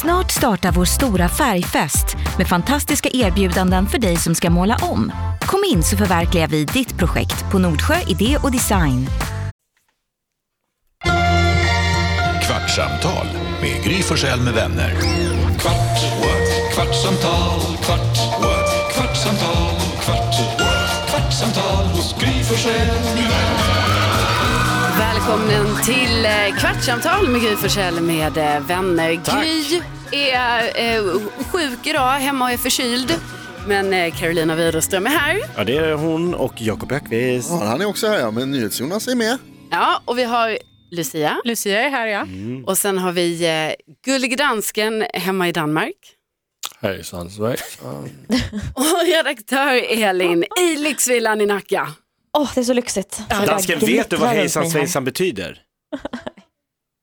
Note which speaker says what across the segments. Speaker 1: Snart startar vår stora färgfest med fantastiska erbjudanden för dig som ska måla om. Kom in så förverkligar vi ditt projekt på Nordsjö Idé och Design.
Speaker 2: Kvartsamtal med Gry Forssell med vänner. Kvart, what? kvartsamtal, kvart, what? kvartsamtal, kvart, what? kvartsamtal hos Gry Forssell med vänner.
Speaker 3: Välkommen till eh, Kvartsamtal med Gry Forssell med eh, vänner. Gry är eh, sjuk idag, hemma och är förkyld. Men eh, Carolina Widerström är här.
Speaker 4: Ja, det är hon och Jakob Ökvist.
Speaker 5: Ja, han är också här, ja. men NyhetsJonas är med.
Speaker 3: Ja, och vi har Lucia. Mm.
Speaker 6: Lucia är här ja.
Speaker 3: Och sen har vi eh, Gullig Dansken hemma i Danmark.
Speaker 4: Hejsan svejsan.
Speaker 3: Och redaktör Elin i Lyxvillan i Nacka.
Speaker 6: Åh, det är så lyxigt.
Speaker 4: Dansken, vet du vad hejsan svejsan betyder?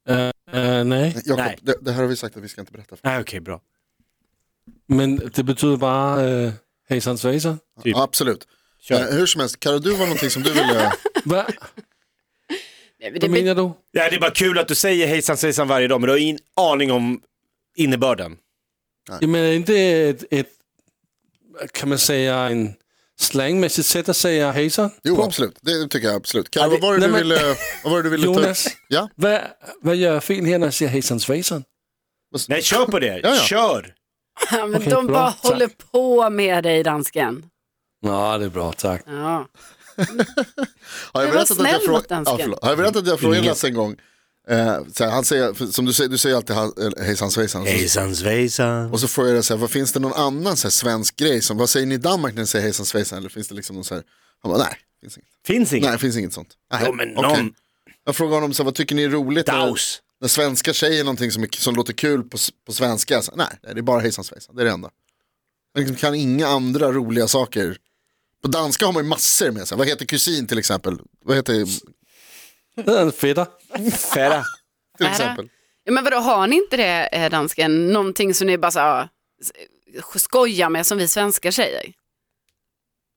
Speaker 7: Eh, nej,
Speaker 5: Jakob,
Speaker 4: Nej.
Speaker 5: det, det här har vi sagt att vi ska inte berätta för
Speaker 4: Nej, okej, bra.
Speaker 7: men det betyder bara eh, hejsan svejsan.
Speaker 4: typ.
Speaker 5: ja, Absolut.
Speaker 4: Kör.
Speaker 5: Eh, hur som helst, Karo, du var någonting som du ville...
Speaker 7: Va?
Speaker 3: Nej, men det
Speaker 7: Vad
Speaker 3: be-
Speaker 7: menar du?
Speaker 4: Ja, det är bara kul att du säger hejsan svejsan varje dag, men du har ingen aning om innebörden.
Speaker 7: Jag menar inte ett, ett, kan man säga, en slangmässigt sätt att säga hejsan?
Speaker 5: Jo,
Speaker 7: på.
Speaker 5: absolut. Det tycker jag absolut. Karo,
Speaker 7: Ja, det-
Speaker 5: vad var det
Speaker 7: nej,
Speaker 5: du
Speaker 7: men-
Speaker 5: ville... Vad var det du ville
Speaker 7: Jonas.
Speaker 5: ta upp? Ja?
Speaker 7: Vad, vad gör jag fel här när jag säger hejsan svejsan?
Speaker 4: Nej, kör på det.
Speaker 5: ja.
Speaker 4: Kör!
Speaker 3: Ja, men
Speaker 7: Okej,
Speaker 3: de
Speaker 7: bra.
Speaker 3: bara
Speaker 7: Tack.
Speaker 3: håller på med dig dansken.
Speaker 7: Ja, det är bra, tack.
Speaker 3: Ja.
Speaker 5: Har
Speaker 3: Du var
Speaker 5: jag berättat att
Speaker 3: snäll
Speaker 5: jag
Speaker 3: mot
Speaker 5: frågade
Speaker 3: dansken.
Speaker 5: ja, förlåt. Har jag berättat att jag
Speaker 7: Mm.
Speaker 5: frågade Lasse en gång? Eh, så här, han säger, för, som du säger, du säger alltid ha- eller hejsan svejsan. Så-
Speaker 4: Hejsan svejsan.
Speaker 5: Och så frågar jag så här, vad finns det någon annan så här, svensk grej som, vad säger ni i Danmark när ni säger hejsan svejsan? Eller finns det liksom någon så här, han bara, nej, det finns inget.
Speaker 4: Finns
Speaker 5: Nej,
Speaker 4: inget.
Speaker 5: det finns inget sånt. Nej,
Speaker 4: Jo, men
Speaker 5: okej.
Speaker 4: någon-
Speaker 5: Jag frågar honom, så här, vad tycker ni är roligt? När,
Speaker 4: Daus.
Speaker 5: när svenskar säger någonting som, är, som låter kul på, s- på svenska. Så, nej, nej, det är bara hejsan svejsan, det är det enda. Man liksom kan inga andra roliga saker. På danska har man ju massor med sig. Vad heter kusin till exempel? Vad heter till
Speaker 7: Det är en feta.
Speaker 4: Fära.
Speaker 5: exempel?
Speaker 3: Ja, men vadå, har ni inte det eh, dansken? Någonting som ni bara så, ja, s- skojar med som vi svenskar säger?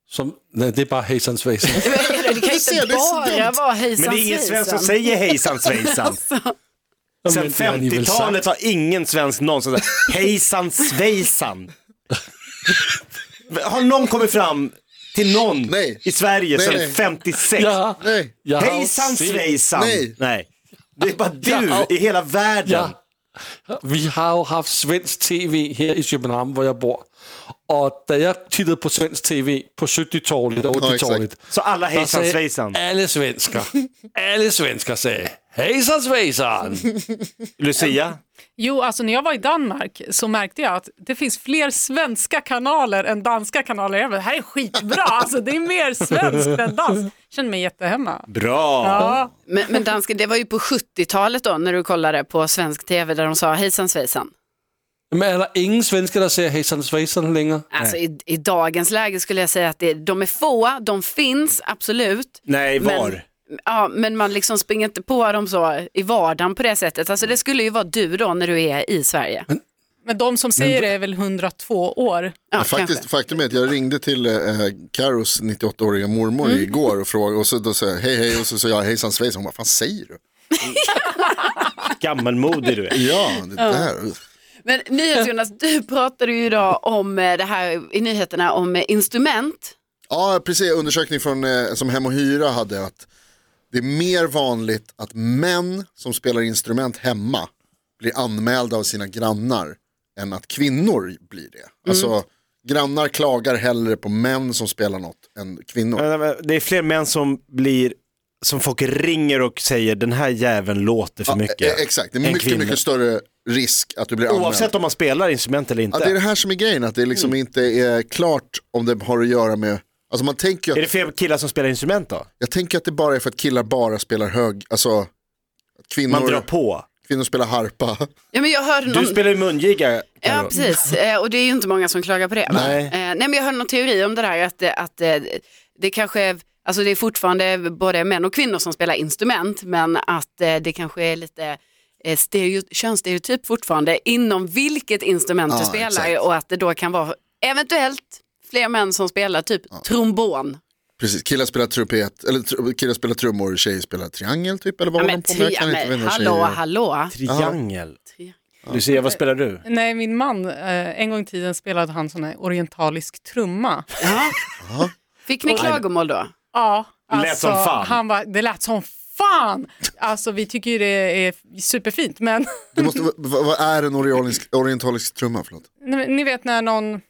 Speaker 7: Som, nej, det är bara hejsan svejsan.
Speaker 3: Men är Det det kan
Speaker 5: Du
Speaker 3: ju
Speaker 5: ser, det
Speaker 3: inte
Speaker 5: är så
Speaker 3: bara
Speaker 5: dumt.
Speaker 3: vara hejsan
Speaker 4: Men det är ingen svensk som
Speaker 3: svejsan.
Speaker 4: säger hejsan svejsan.
Speaker 7: Ja,
Speaker 4: Sen
Speaker 7: men det har ni väl sagt.
Speaker 4: 50-talet har ingen svensk någonsin sagt hejsan svejsan. Har någon kommit fram till någon
Speaker 5: Nej.
Speaker 4: i Sverige
Speaker 5: Nej,
Speaker 4: sedan
Speaker 5: nej.
Speaker 4: 56?
Speaker 7: Ja,
Speaker 5: Nej.
Speaker 7: jag har
Speaker 4: Hejsan
Speaker 7: sett-
Speaker 4: svejsan.
Speaker 5: Nej.
Speaker 4: Det är bara du
Speaker 7: Ja.
Speaker 4: i hela världen.
Speaker 7: Ja. Vi har jo haft svensk tv her i København, hvor jeg bor. Og da jeg tittede på svensk tv på 70-torvet og
Speaker 5: Ja, exakt.
Speaker 7: 80-torvet,
Speaker 4: Så alla
Speaker 7: der
Speaker 4: hejsan
Speaker 7: sagde
Speaker 4: svejsan.
Speaker 7: alle svensker, alle svensker sagde, hejsan svejsan.
Speaker 4: Lucia,
Speaker 6: Jo, alltså när jag var i Danmark så märkte jag att det finns fler svenska kanaler än danska kanaler. Jag bara, det här är skitbra, alltså det är mer svenskt än danskt. Känner mig jättehemma.
Speaker 4: bra.
Speaker 6: Ja,
Speaker 3: Men, men dansken, det var ju på 70-talet då när du kollade på svensk tv där de sa hejsan svejsan.
Speaker 7: Men er der ingen svensker, der siger hejsan svejsan længere?
Speaker 3: Alltså i, i dagens läge skulle jag säga att det, de är få, de finns absolut.
Speaker 4: Nej, var?
Speaker 3: Men, ja, men man liksom springer inte på dem så i vardagen på det sättet. Alltså det skulle ju vara du då när du är i Sverige.
Speaker 6: men de som säger det är väl 102 år.
Speaker 3: Ja, kanske.
Speaker 5: Faktiskt, faktum är att jag ringde till eh, Karos 98-åriga mormor igår och frågade och så då sa jag hej hej och så sa jag hejsan svejsan. Hon bara, vad fan säger du?
Speaker 4: Gammalmodig du är.
Speaker 5: Ja, det där.
Speaker 3: Men NyhetsJonas, du pratade ju idag om eh, det här i nyheterna om eh, instrument.
Speaker 5: Ja, precis. Undersökning från, eh, som Hem och Hyra hade att det är mer vanligt att män som spelar instrument hemma blir anmälda av sina grannar än att kvinnor blir det.
Speaker 4: Mm.
Speaker 5: Alltså, grannar klagar hellre på män som spelar något än kvinnor.
Speaker 4: Det är fler män som blir som folk ringer och säger den här jäveln låter för mycket.
Speaker 5: Eh, Exakt, det är
Speaker 4: än
Speaker 5: mycket,
Speaker 4: kvinnor.
Speaker 5: mycket större risk att du blir anmäld.
Speaker 4: Oavsett om man spelar instrument eller inte. Mm.
Speaker 5: Ja, det är det här som är grejen, att det liksom inte är klart om det har att göra med, alltså man tänker
Speaker 4: Är
Speaker 5: ju
Speaker 4: det
Speaker 5: att,
Speaker 4: fler killar som spelar instrument då?
Speaker 5: jag tänker att det bara är för att killar bara spelar hög, alltså att
Speaker 4: Man drar
Speaker 5: kvinnor,
Speaker 4: på.
Speaker 5: kvinnor spelar harpa.
Speaker 3: Ja, men jag hörde
Speaker 4: Du
Speaker 3: någon...
Speaker 4: spelar ju mungiga.
Speaker 3: Mm. Ja,
Speaker 4: Karo.
Speaker 3: precis. Eh, Och det är ju inte många som klagar på det. va?
Speaker 4: Nej.
Speaker 3: Eh, Nej, men jag hörde någon teori om det där att, eh, att eh, det kanske, är- alltså det är fortfarande både män och kvinnor som spelar instrument, men att eh, det kanske är lite eh, stereo, könsstereotyp fortfarande inom vilket instrument du
Speaker 5: Ja,
Speaker 3: spelar
Speaker 5: exakt.
Speaker 3: och att det då kan vara eventuellt fler män som spelar typ trombon.
Speaker 5: Precis, killar spelar trumpet, eller tr- killar spelar trummor, tjejer spelar triangel typ, eller vad
Speaker 3: Ja,
Speaker 5: håller
Speaker 3: men,
Speaker 5: de på med?
Speaker 3: tri-
Speaker 5: Jag
Speaker 3: ja,
Speaker 5: kan inte
Speaker 3: men,
Speaker 5: veta vad
Speaker 3: hallå,
Speaker 5: tjejer gör.
Speaker 3: hallå.
Speaker 4: Triangel. Lucia, vad spelar du?
Speaker 6: Nej, min man, eh, en gång i tiden spelade han sån här orientalisk trumma.
Speaker 3: Fick ni klagomål då?
Speaker 6: Ja, alltså,
Speaker 4: Lät som fan.
Speaker 6: Han bara, det lät som fan. Alltså vi tycker ju det är superfint, men
Speaker 5: Det måste, vad, vad är en orientalisk, orientalisk trumma? Förlåt?
Speaker 6: ni ni vet när någon, eh,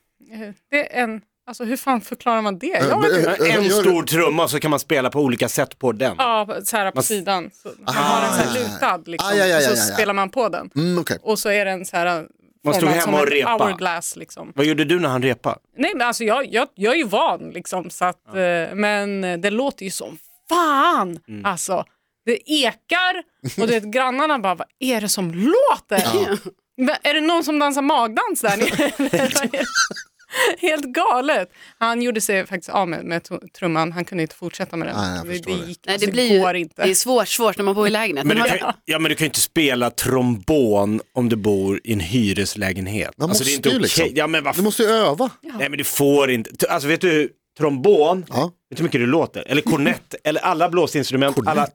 Speaker 6: det är en, alltså hur fan förklarar man det? Jag vet inte.
Speaker 5: Eh, eh,
Speaker 4: En
Speaker 5: gör-
Speaker 4: stor trumma så kan man spela på olika sätt på den.
Speaker 6: Ja, så här på
Speaker 4: Man-
Speaker 6: sidan. Så man har den så
Speaker 5: Ah.
Speaker 6: här lutad liksom,
Speaker 5: Aj, aj, aj,
Speaker 6: och så
Speaker 5: aj, aj.
Speaker 6: spelar man på den.
Speaker 5: Mm, okej.
Speaker 6: Och så är den så här
Speaker 4: Man stod
Speaker 6: formad
Speaker 4: hemma
Speaker 6: som
Speaker 4: och
Speaker 6: en
Speaker 4: repa.
Speaker 6: hourglass liksom.
Speaker 4: Vad gjorde du när han repade?
Speaker 6: Nej men alltså jag, jag, jag är ju van liksom så att, eh, men det låter ju som fan
Speaker 4: Mm.
Speaker 6: alltså. Det ekar och det grannarna bara, vad är det som låter? Va- Är det någon som dansar magdans där nere? Helt galet. Han gjorde sig faktiskt av med, med to- trumman, han kunde inte fortsätta med den.
Speaker 5: Nej, jag förstår det.
Speaker 6: gick,
Speaker 3: Nej,
Speaker 6: alltså,
Speaker 3: det, blir ju,
Speaker 6: går inte.
Speaker 3: det är svårt, svårt när man bor i lägenhet.
Speaker 4: Men du,
Speaker 3: Man-
Speaker 4: kan, ja, men du kan ju inte spela trombon om du bor i en hyreslägenhet.
Speaker 5: Man
Speaker 4: Alltså,
Speaker 5: måste ju
Speaker 4: okej.
Speaker 5: liksom.
Speaker 4: Ja, men vad
Speaker 5: Du måste ju öva.
Speaker 4: Nej men du får inte, T- alltså vet du, trombon,
Speaker 5: Ja.
Speaker 4: vet du hur mycket det låter? Eller kornett, eller alla blåsinstrument, alla... Det-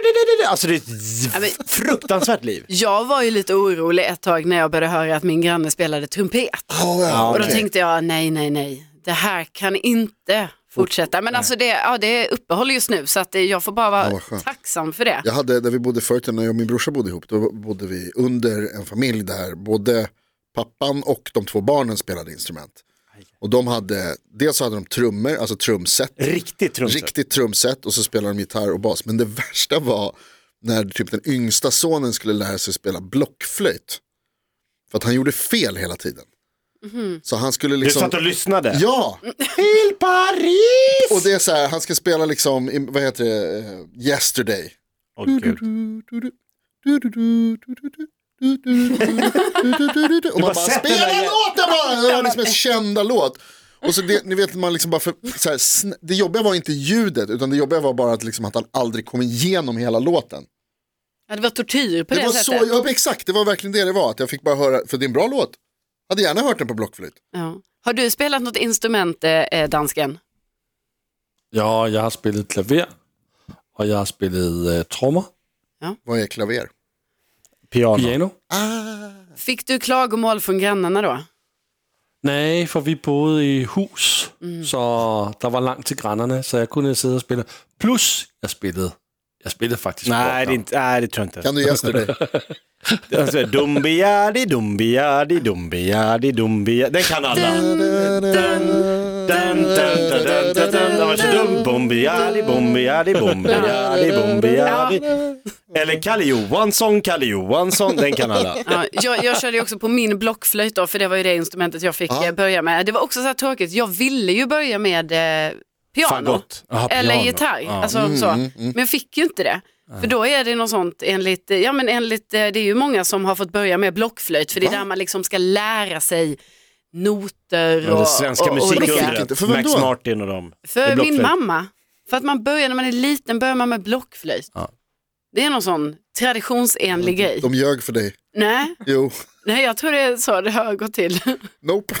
Speaker 4: det- det- det- det- Alltså det är ett z-
Speaker 3: Ja, men-
Speaker 4: fruktansvärt liv.
Speaker 3: Jag var ju lite orolig ett tag när jag började höra att min granne spelade trumpet. Och då
Speaker 5: okej.
Speaker 3: tänkte jag, nej, nej, nej, det här kan inte fortsätta. Men alltså det, ja, det är uppehåll just nu så att eh, jag får bara vara
Speaker 5: Ja, vad skönt.
Speaker 3: tacksam för det.
Speaker 5: Jag hade, där vi bodde förut, när jag och min brorsa bodde ihop, då bodde vi under en familj där både pappan och de två barnen spelade instrument. Och de hade, dels hade de trummor, alltså trumset,
Speaker 4: Riktigt trumset.
Speaker 5: riktigt trumset och så spelade de gitarr och bas. Men det värsta var när typ den yngsta sonen skulle lära sig spela blockflöjt. För att han gjorde fel hela tiden. Så han skulle
Speaker 4: Du
Speaker 5: liksom...
Speaker 4: satt och lyssnade.
Speaker 5: Ja,
Speaker 4: Till Paris!
Speaker 5: och det är så här, han ska spela liksom, i- vad heter det, eh, yesterday.
Speaker 4: Åh, gud.
Speaker 5: Och man bara,
Speaker 4: sätter den
Speaker 5: spela
Speaker 4: där jä-
Speaker 5: låten bara! Det var liksom en kända låt. Och så det, ni vet, man liksom bara för, så här, sn- det jobbiga var inte ljudet, utan det jobbiga var bara att, liksom, att han aldrig kom igenom hela låten.
Speaker 3: Ja, det var tortyr på
Speaker 5: Det
Speaker 3: det,
Speaker 5: var så,
Speaker 3: sättet.
Speaker 5: ja, men exakt, det var verkligen det det var, att jag fick bara höra, för det är en bra låt. Hade gärna hört den på blockflöjt.
Speaker 3: Ja. Har du spelat något instrument, eh, eh, dansken?
Speaker 7: Ja, jeg har spillet klaver, og jeg har spillet øh, trommer,
Speaker 5: Vad är klaver?
Speaker 4: Piano.
Speaker 7: piano.
Speaker 3: Fick du klagomål från grannarna då?
Speaker 7: Nej, for vi boede i hus, så der var langt til grænnerne, så jeg kunne sidde og spille. Plus, jeg spillede. Jeg spillede faktisk
Speaker 4: Nej
Speaker 7: fløjt.
Speaker 4: det, är inte, nej, det tror jag inte.
Speaker 5: Kan du yesterday?
Speaker 4: Alltså, dumbiadi, dumbiadi, dumbiadi, dumbiadi. Den kan alla. Dun, dun, dun, dun, dun, dun. Den var så dum. Bombiadi, bombiadi, bombiadi, bombiadi. Eller Kalle Johansson, Kalle Johansson. Den kan alla.
Speaker 3: Ja, jag, jag körde ju också på min blockflöjt då, för det var ju det instrumentet jag fick
Speaker 5: Ja.
Speaker 3: eh, börja med. Det var också så här tråkigt, jag ville ju börja med eh, piano.
Speaker 4: Fagott. Aha,
Speaker 3: Eller
Speaker 4: piano.
Speaker 3: gitarr,
Speaker 4: Ja. Mm,
Speaker 3: alltså så. Men jag fick ju inte det. För då är det något sånt enligt, eh, ja men enligt, eh, det är ju många som har fått börja med blockflöjt för det är där man liksom ska lära sig noter
Speaker 4: Ja,
Speaker 3: och,
Speaker 4: Det svenska
Speaker 3: och, och olika.
Speaker 5: inte.
Speaker 4: musikundret,
Speaker 5: För vem
Speaker 4: Max
Speaker 5: då?
Speaker 4: Martin och dem. Det
Speaker 3: För
Speaker 4: är
Speaker 3: min
Speaker 4: blockflöjt.
Speaker 3: mamma, för att man börjar när man är liten börjar man med blockflöjt.
Speaker 7: Ja.
Speaker 3: Det är någon sån traditionsenlig grej.
Speaker 5: De ljög för dig.
Speaker 3: Nej,
Speaker 5: Jo,
Speaker 3: nej, jag tror det är så det har gått till.
Speaker 5: nope.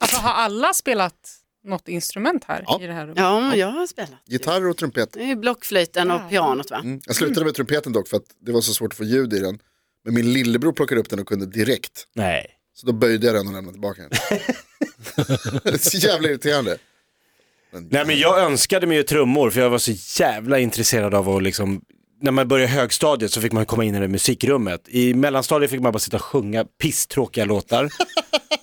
Speaker 6: Alltså, har alla spelat något instrument här
Speaker 5: Ja.
Speaker 6: i det här rummet?
Speaker 3: Ja, men jag har spelat.
Speaker 5: Gitarr och trumpet.
Speaker 3: Det är ju blockflöjten och
Speaker 6: Ja.
Speaker 3: pianot va?
Speaker 5: Mm. Jag slutade med trumpeten dock för att det var så svårt att få ljud i den. Men min lillebror plockade upp den och kunde direkt.
Speaker 4: Nej.
Speaker 5: Så då böjde jag den och lämnade tillbaka den. det är så jävla irriterande.
Speaker 4: Nej men jag önskade mig ju trummor för jag var så jävla intresserad av att liksom när man började högstadiet så fick man komma in i det musikrummet. I mellanstadiet fick man bara sitta och sjunga pisstråkiga låtar.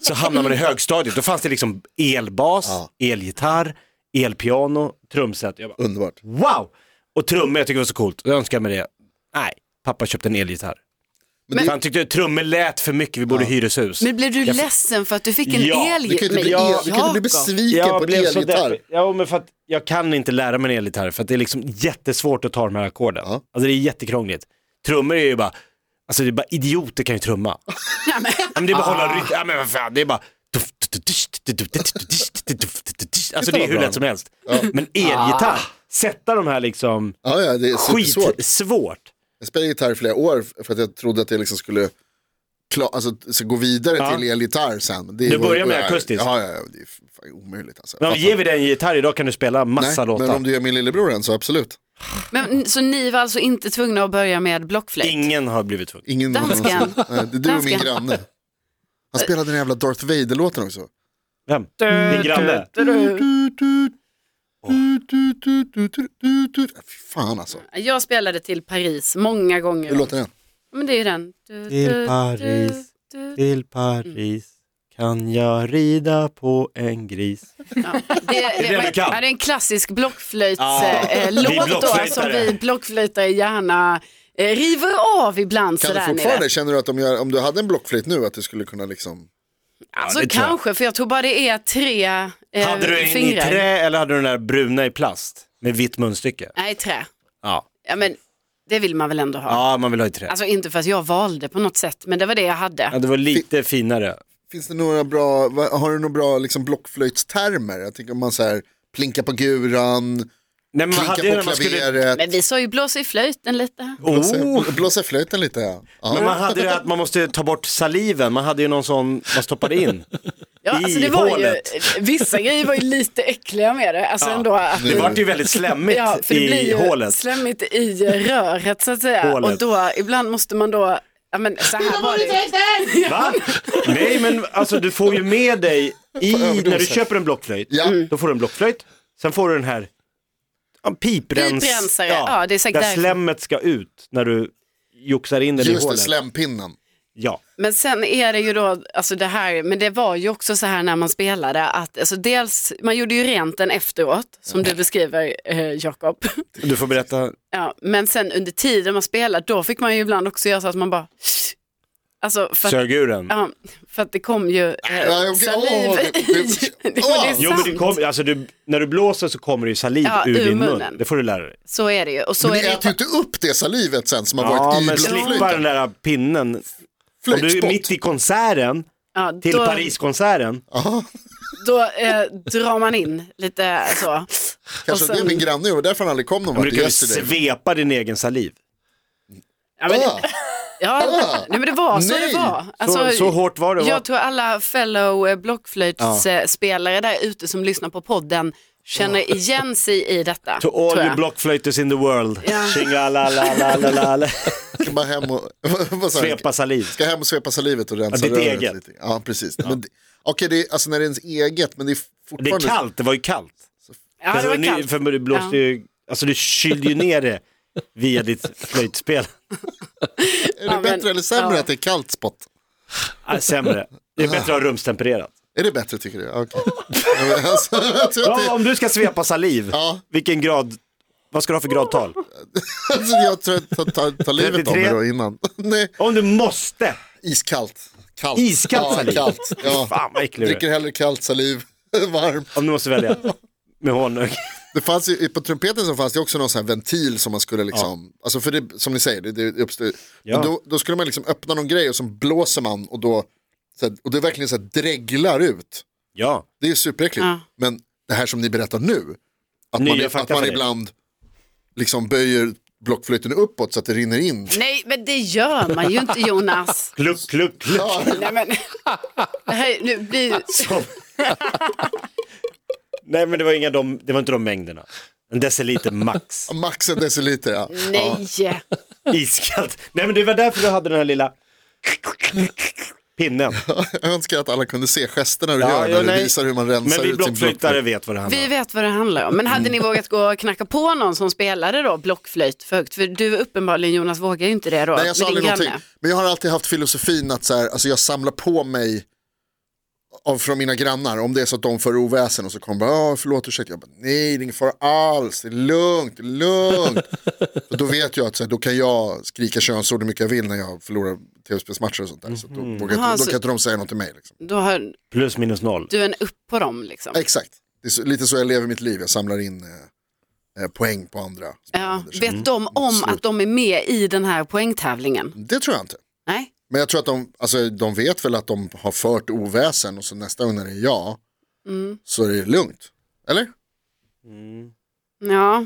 Speaker 4: Så hamnade man i högstadiet, då fanns det liksom elbas, elgitarr, elpiano, trumset. Jag bara,
Speaker 5: Underbart.
Speaker 4: wow! Och trummor, jag tycker det var så coolt. Jag önskar mig det. Nej, pappa köpte en elgitarr.
Speaker 5: Men det-
Speaker 4: För han tyckte att trummor lät för mycket, vi borde i hyreshus.
Speaker 3: Men blev du ledsen för att du fick en
Speaker 4: Ja,
Speaker 3: el?
Speaker 5: Du kan ju inte bli,
Speaker 4: Ja,
Speaker 5: du kan inte bli besviken på en
Speaker 4: så
Speaker 5: elgitarr.
Speaker 4: deppig. Ja, men för att jag kan inte lära mig en elgitarr för att det är liksom jättesvårt att ta de här ackorden.
Speaker 5: Ja.
Speaker 4: Alltså det är jättekrångligt. Trummor är ju bara, alltså det är bara idioter kan ju trumma. Ja, men det är bara
Speaker 5: Ah.
Speaker 4: hålla rytm, ja men vad fan, det är bara Alltså det är hur lätt som helst. Men elgitarr, sätta de här liksom
Speaker 5: Ja, ja, Ah. det är supersvårt.
Speaker 4: skitsvårt.
Speaker 5: Jag spelade gitarr i flera år för att jag trodde att jag liksom skulle kla- alltså, så gå vidare
Speaker 4: Ja.
Speaker 5: till elgitarr sen. Men Det
Speaker 4: Du
Speaker 5: var-
Speaker 4: börjar med
Speaker 5: ja,
Speaker 4: akustiskt.
Speaker 5: Ja, ja, ja, det är fan omöjligt alltså.
Speaker 4: Men om
Speaker 5: Fattar.
Speaker 4: ger vi dig en gitarr idag kan du spela massa
Speaker 5: Nej,
Speaker 4: låtar.
Speaker 5: Men om du gör min lillebror en så absolut.
Speaker 3: Men, så ni var alltså inte tvungna att börja med blockflöjt?
Speaker 4: Ingen har blivit tvungen.
Speaker 5: Ingen
Speaker 3: Dansken.
Speaker 5: Nej, det är du och min
Speaker 3: Dansken.
Speaker 5: granne. Han spelade den jävla Darth Vader-låten också.
Speaker 4: Vem?
Speaker 3: Mm.
Speaker 4: Din granne?
Speaker 5: Du, du, du, du, du, du, du, du, du. Fy Fan alltså.
Speaker 3: Jag spelade till Paris många gånger.
Speaker 5: Hur låter den?
Speaker 3: Men det är ju den. Du,
Speaker 4: Till
Speaker 3: du, du,
Speaker 4: Paris.
Speaker 3: du.
Speaker 4: Till Paris kan jag rida på en gris.
Speaker 3: Ja, det, det,
Speaker 4: det
Speaker 3: var-
Speaker 4: du kan.
Speaker 3: Ja, det är en klassisk blockflöjtslåt
Speaker 4: Ja,
Speaker 3: eh,
Speaker 4: vi
Speaker 3: låt då, som
Speaker 4: blockflöjtare.
Speaker 3: vi blockflöjtare gärna eh, river av ibland.
Speaker 5: Kan du
Speaker 3: sådär, ni
Speaker 5: fortfarande,
Speaker 3: vet.
Speaker 5: känner du att om, jag, om du hade en blockflöjt nu att du skulle kunna liksom...
Speaker 3: Alltså
Speaker 4: Ja, det tror jag.
Speaker 3: kanske, för jag tror bara det är tre eh,
Speaker 4: Hade du en i
Speaker 3: fingrar.
Speaker 4: trä eller hade du den där bruna i plast? Med vitt munstycke?
Speaker 3: Nej, trä.
Speaker 4: Ja.
Speaker 3: Ja, men det vill man väl ändå ha.
Speaker 4: Ja, man vill ha i trä.
Speaker 3: Alltså inte för att jag valde på något sätt, men det var det jag hade.
Speaker 4: Ja, det var lite finare.
Speaker 5: Finns det några bra, va- har du några bra liksom blockflöjtstermer? Jag tänker om man så här plinkar på guran,
Speaker 4: Nej, man hade ju
Speaker 5: klinkar
Speaker 4: när
Speaker 5: på
Speaker 4: man skulle...
Speaker 5: klaveret,
Speaker 3: Men vi sa ju blåsa i flöjten lite.
Speaker 4: Oh.
Speaker 5: blåser, blåser flöjten lite. Ja. Ja.
Speaker 4: Men man hade det att man måste ta bort saliven, man hade ju någon sån man stoppade in.
Speaker 3: Ja,
Speaker 4: I
Speaker 3: alltså det var ju,
Speaker 4: hålet.
Speaker 3: vissa grejer var ju lite äckliga med det. Alltså ändå att
Speaker 4: Det vart ju väldigt slemmigt
Speaker 3: Ja, för det blir
Speaker 4: i
Speaker 3: ju
Speaker 4: hålet.
Speaker 3: slemmigt i röret så att säga.
Speaker 4: Hålet.
Speaker 3: Och då, ibland måste man då, ja men så här var det ju.
Speaker 4: Va? Nej men alltså du får ju med dig i, när du
Speaker 5: överdoser.
Speaker 4: köper en blockflöjt,
Speaker 5: Ja. Mm.
Speaker 4: då får du en blockflöjt, sen får du den här ja, piprens,
Speaker 3: Piprensare, ja, det är säkert
Speaker 4: där
Speaker 3: därför.
Speaker 4: slemmet ska ut när du joxar in den i
Speaker 5: Just det,
Speaker 4: hålet.
Speaker 5: slämpinnen.
Speaker 4: Ja.
Speaker 3: Men sen är det ju då, alltså det här, men det var ju också så här när man spelade att, alltså dels, man gjorde ju rent den efteråt, som du beskriver eh, Jakob.
Speaker 4: Du får berätta,
Speaker 3: Ja, men sen under tiden man spelade, då fick man ju ibland också göra så att man bara, alltså för att,
Speaker 4: sög ur den.
Speaker 3: ja, för att det kom ju
Speaker 5: Ja,
Speaker 3: eh,
Speaker 5: okej.
Speaker 3: saliv
Speaker 5: Åh,
Speaker 3: i,
Speaker 5: det- det-
Speaker 3: men det är
Speaker 5: Åh.
Speaker 4: Jo men det
Speaker 3: sant.
Speaker 4: kom, alltså du, när du blåser så kommer det ju saliv
Speaker 3: Ja,
Speaker 4: ur,
Speaker 3: ur
Speaker 4: din mun.
Speaker 3: munnen.
Speaker 4: Det får du lära dig.
Speaker 3: Så är det ju. Och så
Speaker 5: Men
Speaker 3: är
Speaker 5: ni
Speaker 3: det
Speaker 5: äter ju inte upp det typ salivet sen som har
Speaker 4: Ja
Speaker 5: varit i
Speaker 4: men slippa den
Speaker 5: blockflöjten.
Speaker 4: där pinnen. Om du är
Speaker 5: Flöjtspott.
Speaker 4: mitt i konserten,
Speaker 3: ja,
Speaker 4: till
Speaker 3: då-
Speaker 4: Pariskonserten,
Speaker 5: Jaha,
Speaker 3: då eh, drar man in lite så.
Speaker 5: Kanske
Speaker 3: Och sen-
Speaker 5: det är min granne och därför han aldrig kom någon
Speaker 4: då
Speaker 5: vart.
Speaker 4: brukar du
Speaker 5: Yesterday.
Speaker 4: svepa din egen saliv.
Speaker 3: Ja, men,
Speaker 5: Ah,
Speaker 3: ja, nej, men det var så
Speaker 5: Nej!
Speaker 3: det var.
Speaker 4: så, så hårt var det. va?
Speaker 3: Alltså, Jag tror alla fellow eh, blockflöjtsspelare där ute som lyssnar på podden känner igen sig i detta.
Speaker 4: To all
Speaker 3: tror
Speaker 4: you
Speaker 3: jag.
Speaker 4: blockflöjters in the world.
Speaker 3: Ja.
Speaker 4: Tjingalalalalalalala.
Speaker 5: ska bara hem och... vad sa jag?
Speaker 4: Svepa saliv.
Speaker 5: Ska hem och svepa salivet och rensa
Speaker 4: Ja, ditt eget.
Speaker 5: lite. Ja, precis. Men det, okej, det är, alltså när det är ens eget, men det är
Speaker 4: Det är
Speaker 5: fortfarande...
Speaker 4: kallt, det var ju kallt.
Speaker 3: ja, det var
Speaker 4: Alltså,
Speaker 3: kallt.
Speaker 4: För det blåste ju, alltså du kylde ju ner det via ditt flöjtspel.
Speaker 5: Är det
Speaker 3: Ja, men-
Speaker 5: bättre eller sämre
Speaker 3: ja.
Speaker 5: att det är kallt spott?
Speaker 4: Ah, sämre. Det är bättre att ha rumstempererat.
Speaker 5: Är det bättre tycker du? Okej. Ja, men alltså, jag tror att
Speaker 4: Ja,
Speaker 5: det-
Speaker 4: om du ska svepa saliv,
Speaker 5: Ja.
Speaker 4: vilken grad, vad ska du ha för gradtal?
Speaker 5: alltså, jag tror att ta, ta, ta livet av
Speaker 4: 33.
Speaker 5: mig då innan. Nej,
Speaker 4: Om du måste,
Speaker 5: iskallt. Kallt.
Speaker 4: Iskallt
Speaker 5: ja,
Speaker 4: saliv.
Speaker 5: Kallt. Ja.
Speaker 4: fan vad äcklig du
Speaker 5: Dricker
Speaker 4: är.
Speaker 5: hellre kallt saliv. Varmt.
Speaker 4: Om du måste välja. Med honung.
Speaker 5: Det fanns ju, på trumpeten så fanns det också någon sån här ventil som man skulle liksom, alltså för det, som ni säger, det, det uppstår,
Speaker 4: Ja.
Speaker 5: men då, då skulle man liksom öppna någon grej och så blåser man och då, så här, och det verkligen så här dreglar ut.
Speaker 4: Ja,
Speaker 5: Det är superäckligt.
Speaker 3: Ja.
Speaker 5: Men det här som ni berättar nu, att
Speaker 4: Nya
Speaker 5: man, att
Speaker 4: fakta
Speaker 5: man
Speaker 4: för dig.
Speaker 5: ibland liksom böjer blockflöjten uppåt så att det rinner in.
Speaker 3: Nej, men det gör man ju inte Jonas.
Speaker 4: kluck, kluck, kluck.
Speaker 3: Nej, men... Det här, nu blir...
Speaker 4: Nej men det var, inga de, det var inte de mängderna. En deciliter max.
Speaker 5: Max en deciliter ja. ja.
Speaker 3: Nej.
Speaker 4: Iskallt. Nej men det var därför du hade den här lilla pinnen.
Speaker 5: Jag önskar att alla kunde se gesterna du
Speaker 4: Ja,
Speaker 5: gör när
Speaker 4: ja,
Speaker 5: du
Speaker 4: nej.
Speaker 5: visar hur man rensar
Speaker 4: Men vi
Speaker 5: ut sin
Speaker 4: blockflöjtare
Speaker 5: blockflöjt.
Speaker 4: vet vad det handlar
Speaker 3: Vi
Speaker 4: om.
Speaker 3: vet vad det handlar om, men hade
Speaker 5: Mm.
Speaker 3: ni vågat gå och knacka på någon som spelade då blockflöjt för högt? För du uppenbarligen Jonas vågar ju inte det då.
Speaker 5: Nej jag sa
Speaker 3: med din
Speaker 5: aldrig någonting.
Speaker 3: granne.
Speaker 5: Men jag har alltid haft filosofin att så här, alltså jag samlar på mig av, från mina grannar. Om det är så att de för oväsen och så kommer de bara, "Ah, förlåt ursäkta. Jag bara, nej det är ingen fara alls, det är lugnt, det är lugnt. För då vet jag att så här, då kan jag skrika könsord hur mycket jag vill när jag förlorar tv-spelsmatcher och sånt där. Så då, vågar, inte-
Speaker 3: Aha,
Speaker 5: då
Speaker 3: Mhm. så-
Speaker 5: kan inte de säga något till mig. Liksom.
Speaker 3: Då har
Speaker 4: Plus minus noll.
Speaker 3: du en upp på dem liksom.
Speaker 5: Exakt, det är så, lite så jag lever mitt liv. Jag samlar in eh, eh, poäng på andra.
Speaker 3: Ja,
Speaker 5: Mm.
Speaker 3: vet de om att de är med i den här poängtävlingen?
Speaker 5: Det tror jag inte.
Speaker 3: Nej?
Speaker 5: Men jag tror att de, alltså, de vet väl att de har fört oväsen och så nästa gång när det är jag så är det lugnt. Eller?
Speaker 3: Ja.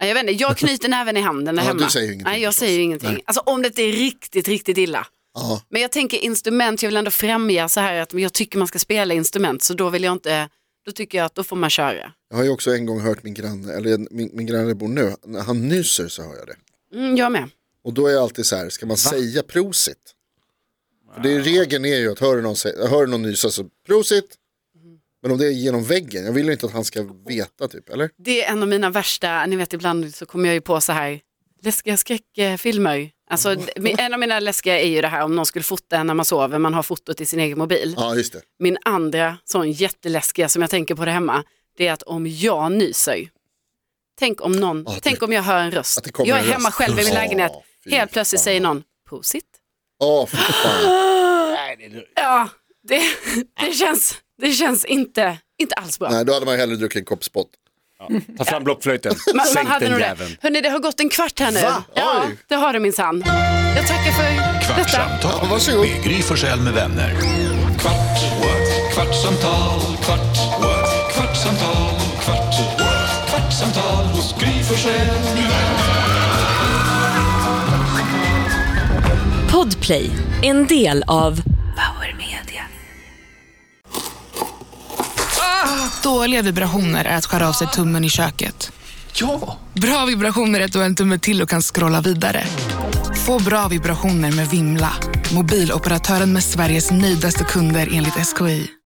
Speaker 3: Nej, Jag vet inte, jag knyter näven i handen där
Speaker 5: Ja,
Speaker 3: hemma.
Speaker 5: du säger ju ingenting
Speaker 3: Nej, jag
Speaker 5: förstås.
Speaker 3: säger ju ingenting.
Speaker 5: Nej.
Speaker 3: Alltså om det inte är riktigt, riktigt illa.
Speaker 5: Ja.
Speaker 3: Men jag tänker instrument, jag vill ändå främja så här att jag tycker man ska spela instrument så då vill jag inte då tycker jag att då får man köra.
Speaker 5: Jag har ju också en gång hört min granne, eller en- min, min granne bor nu, när han nyser så hör jag det.
Speaker 3: Mm, jag med.
Speaker 5: Och då är jag alltid så här, ska man säga prosit? För det är, regeln är ju att hör du någon, sä- hör du någon nysa så prosit. Men om det är genom väggen, jag vill ju inte att han ska veta typ, eller?
Speaker 3: Det är en av mina värsta, ni vet ibland så kommer jag ju på så här läskiga skräckfilmer. Alltså,
Speaker 5: Mm.
Speaker 3: d- en av mina läskiga är ju det här om någon skulle fota en när man sover, man har fotot i sin egen mobil.
Speaker 5: Ja, just det.
Speaker 3: Min andra sån jätteläskiga som jag tänker på det hemma, det är att om jag nyser, tänk om någon,
Speaker 5: Ja, att
Speaker 3: tänk
Speaker 5: det-
Speaker 3: om jag hör en
Speaker 5: att det
Speaker 3: röst.
Speaker 5: kommer
Speaker 3: Jag är
Speaker 5: en röst.
Speaker 3: hemma själv i min
Speaker 5: Ja,
Speaker 3: lägenhet,
Speaker 5: fy
Speaker 3: helt plötsligt
Speaker 5: fan.
Speaker 3: säger någon, prosit.
Speaker 5: Ja, fy fan.
Speaker 3: Ja, det, det, känns, det känns inte, inte alls bra.
Speaker 5: Nej, då hade man hellre druckit en kopp spott.
Speaker 4: Ta fram blockflöjten,
Speaker 3: Man, man
Speaker 4: sänk
Speaker 3: hade
Speaker 4: den
Speaker 3: nog
Speaker 4: jäveln.
Speaker 3: det. Hörni, det har gått en kvart här nu.
Speaker 5: Va?
Speaker 3: Ja,
Speaker 5: Oj.
Speaker 3: det har det minsann. Jag tackar för detta.
Speaker 5: Ja,
Speaker 2: Kvartsamtal
Speaker 5: varsågod.
Speaker 2: med Gry Forssell med vänner. Kvart, what? kvartsamtal, kvart, what? kvartsamtal, kvart, what? kvartsamtal hos Gry Forssell med vänner.
Speaker 1: Podplay, en del av Power Media.
Speaker 6: Dåliga vibrationer är att skära av sig tummen i köket.
Speaker 8: Ja!
Speaker 6: Bra vibrationer är att du har en tumme till och kan scrolla vidare. Få bra vibrationer med Vimla. Mobiloperatören med Sveriges nöjdaste kunder enligt SKI.